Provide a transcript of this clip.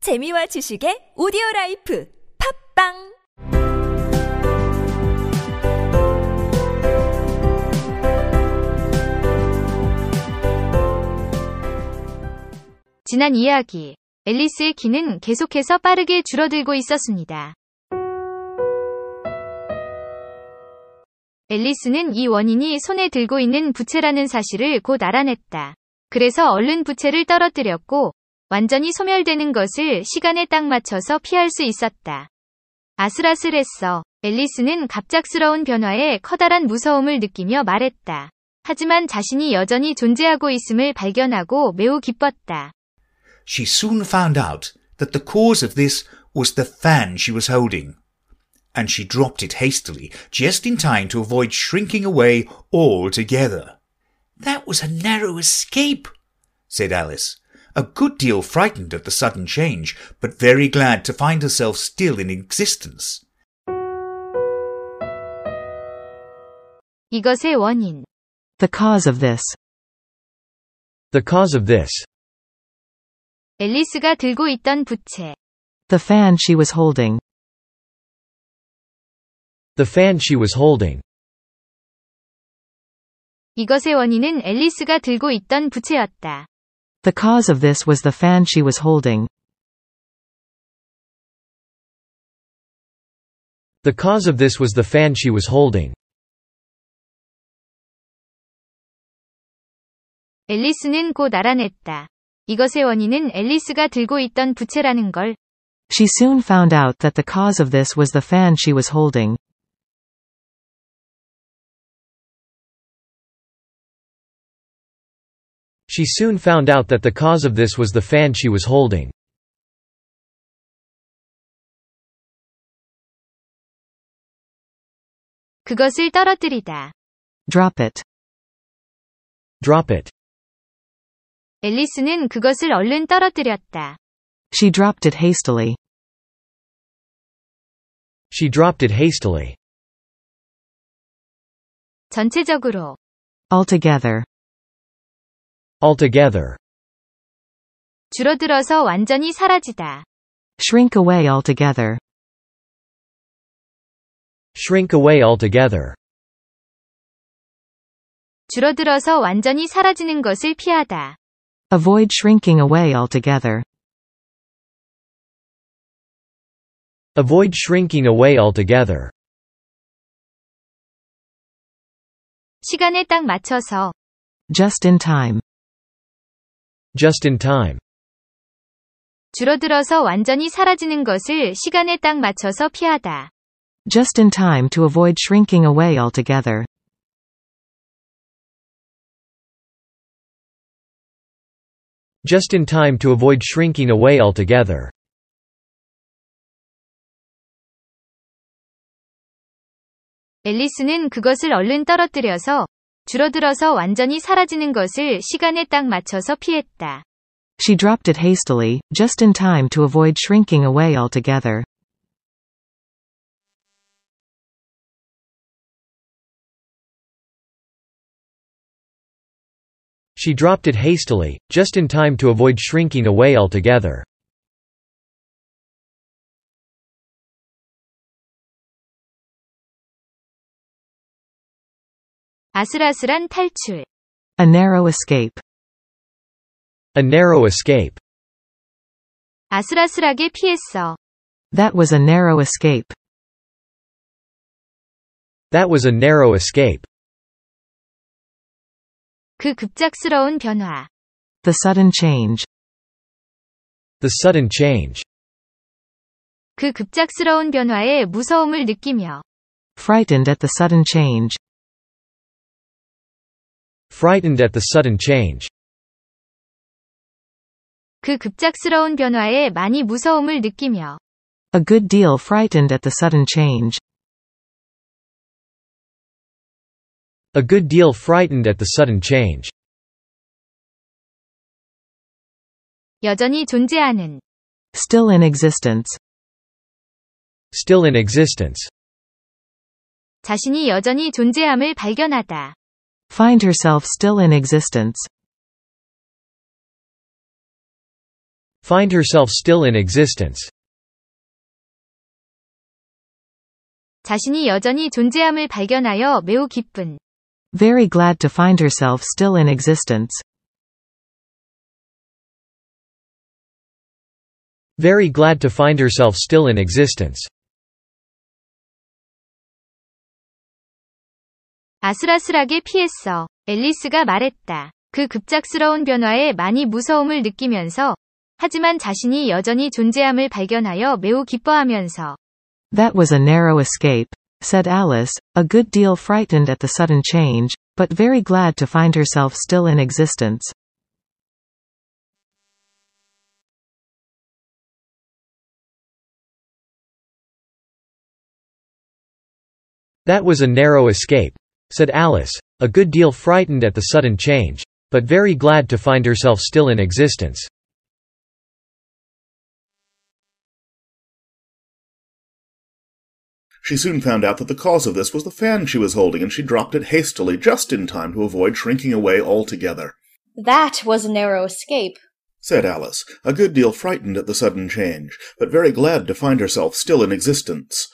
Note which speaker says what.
Speaker 1: 재미와 지식의 오디오 라이프 팝빵
Speaker 2: 지난 이야기, 앨리스의 키는 계속해서 빠르게 줄어들고 있었습니다. 앨리스는 이 원인이 손에 들고 있는 부채라는 사실을 곧 알아냈다. 그래서 얼른 부채를 떨어뜨렸고, 완전히 소멸되는 것을 시간에 딱 맞춰서 피할 수 있었다. 아슬아슬했어. 앨리스는 갑작스러운 변화에 커다란 무서움을 느끼며 말했다. 하지만 자신이 여전히 존재하고 있음을 발견하고 매우 기뻤다.
Speaker 3: She soon found out that the cause of this was the fan she was holding, and she dropped it hastily, just in time to avoid shrinking away altogether. That was a narrow escape, said Alice, a good deal frightened at the sudden change, but very glad to find herself still in existence.
Speaker 2: 이것의 원인.
Speaker 4: The cause of this.
Speaker 5: The cause of this.
Speaker 2: 앨리스가 들고 있던 부채.
Speaker 4: The fan she was holding.
Speaker 5: The fan she was holding.
Speaker 2: 이것의 원인은 앨리스가 들고 있던 부채였다.
Speaker 4: The cause of this was the fan she was holding.
Speaker 5: The cause of this was the fan she was holding.
Speaker 2: 앨리스는 곧 알아냈다. 이것의 원인은 앨리스가 들고 있던 부채라는 걸.
Speaker 4: She soon found out that the cause of this was the fan she was holding.
Speaker 5: She soon found out that the cause of this was the fan she was holding.
Speaker 2: 그것을 떨어뜨리다.
Speaker 4: Drop it.
Speaker 5: Drop it.
Speaker 2: 앨리스는 그것을 얼른 떨어뜨렸다.
Speaker 4: She dropped it hastily.
Speaker 5: She dropped it hastily.
Speaker 2: 전체적으로.
Speaker 4: Altogether.
Speaker 5: Altogether.
Speaker 2: 줄어들어서 완전히 사라지다.
Speaker 4: Shrink away altogether.
Speaker 5: Shrink away altogether.
Speaker 2: 줄어들어서 완전히 사라지는 것을 피하다.
Speaker 4: Avoid shrinking away altogether.
Speaker 5: Avoid shrinking away altogether.
Speaker 2: 시간에 딱 맞춰서.
Speaker 4: Just in time.
Speaker 5: Just in time.
Speaker 2: 줄어들어서 완전히 사라지는 것을 시간에 딱 맞춰서 피하다.
Speaker 4: Just in time to avoid shrinking away altogether.
Speaker 5: Just in time to avoid shrinking away altogether.
Speaker 2: 앨리스는 그것을 얼른 떨어뜨려서 줄어들어서 완전히 사라지는 것을 시간에 딱 맞춰서 피했다.
Speaker 4: She dropped it hastily, just in time to avoid shrinking away altogether.
Speaker 5: She dropped it hastily, just in time to avoid shrinking away altogether.
Speaker 2: 아슬아슬한 탈출.
Speaker 4: A narrow escape.
Speaker 5: A narrow escape.
Speaker 2: 아슬아슬하게 피했어.
Speaker 4: That was a narrow escape.
Speaker 5: That was a narrow escape.
Speaker 2: 그 급작스러운 변화.
Speaker 4: The sudden change.
Speaker 5: The sudden change.
Speaker 2: 그 급작스러운 변화에 무서움을 느끼며
Speaker 4: Frightened at the sudden change.
Speaker 5: Frightened at the sudden change.
Speaker 2: 그 급작스러운 변화에 많이 무서움을 느끼며
Speaker 4: A good deal frightened at the sudden change.
Speaker 5: A good deal frightened at the sudden change.
Speaker 2: 여전히 존재하는
Speaker 4: Still in existence.
Speaker 5: Still in existence.
Speaker 2: 자신이 여전히 존재함을 발견하다.
Speaker 4: Find herself still in existence.
Speaker 5: Find herself still in existence.
Speaker 2: 자신이 여전히 존재함을 발견하여 매우 기쁜.
Speaker 4: Very glad to find herself still in existence.
Speaker 5: Very glad to find herself still in existence.
Speaker 2: 아슬아슬하게 피했어. 앨리스가 말했다. 그 급작스러운 변화에 많이 무서움을 느끼면서 하지만 자신이 여전히 존재함을 발견하여 매우 기뻐하면서
Speaker 4: That was a narrow escape, said Alice, a good deal frightened at the sudden change, but very glad to find herself still in existence.
Speaker 5: That was a narrow escape, said Alice, a good deal frightened at the sudden change, but very glad to find herself still in existence.
Speaker 6: She soon found out that the cause of this was the fan she was holding, and she dropped it hastily, just in time to avoid shrinking away altogether.
Speaker 7: That was a narrow escape.
Speaker 6: Said Alice, a good deal frightened at the sudden change, but very glad to find herself still in existence.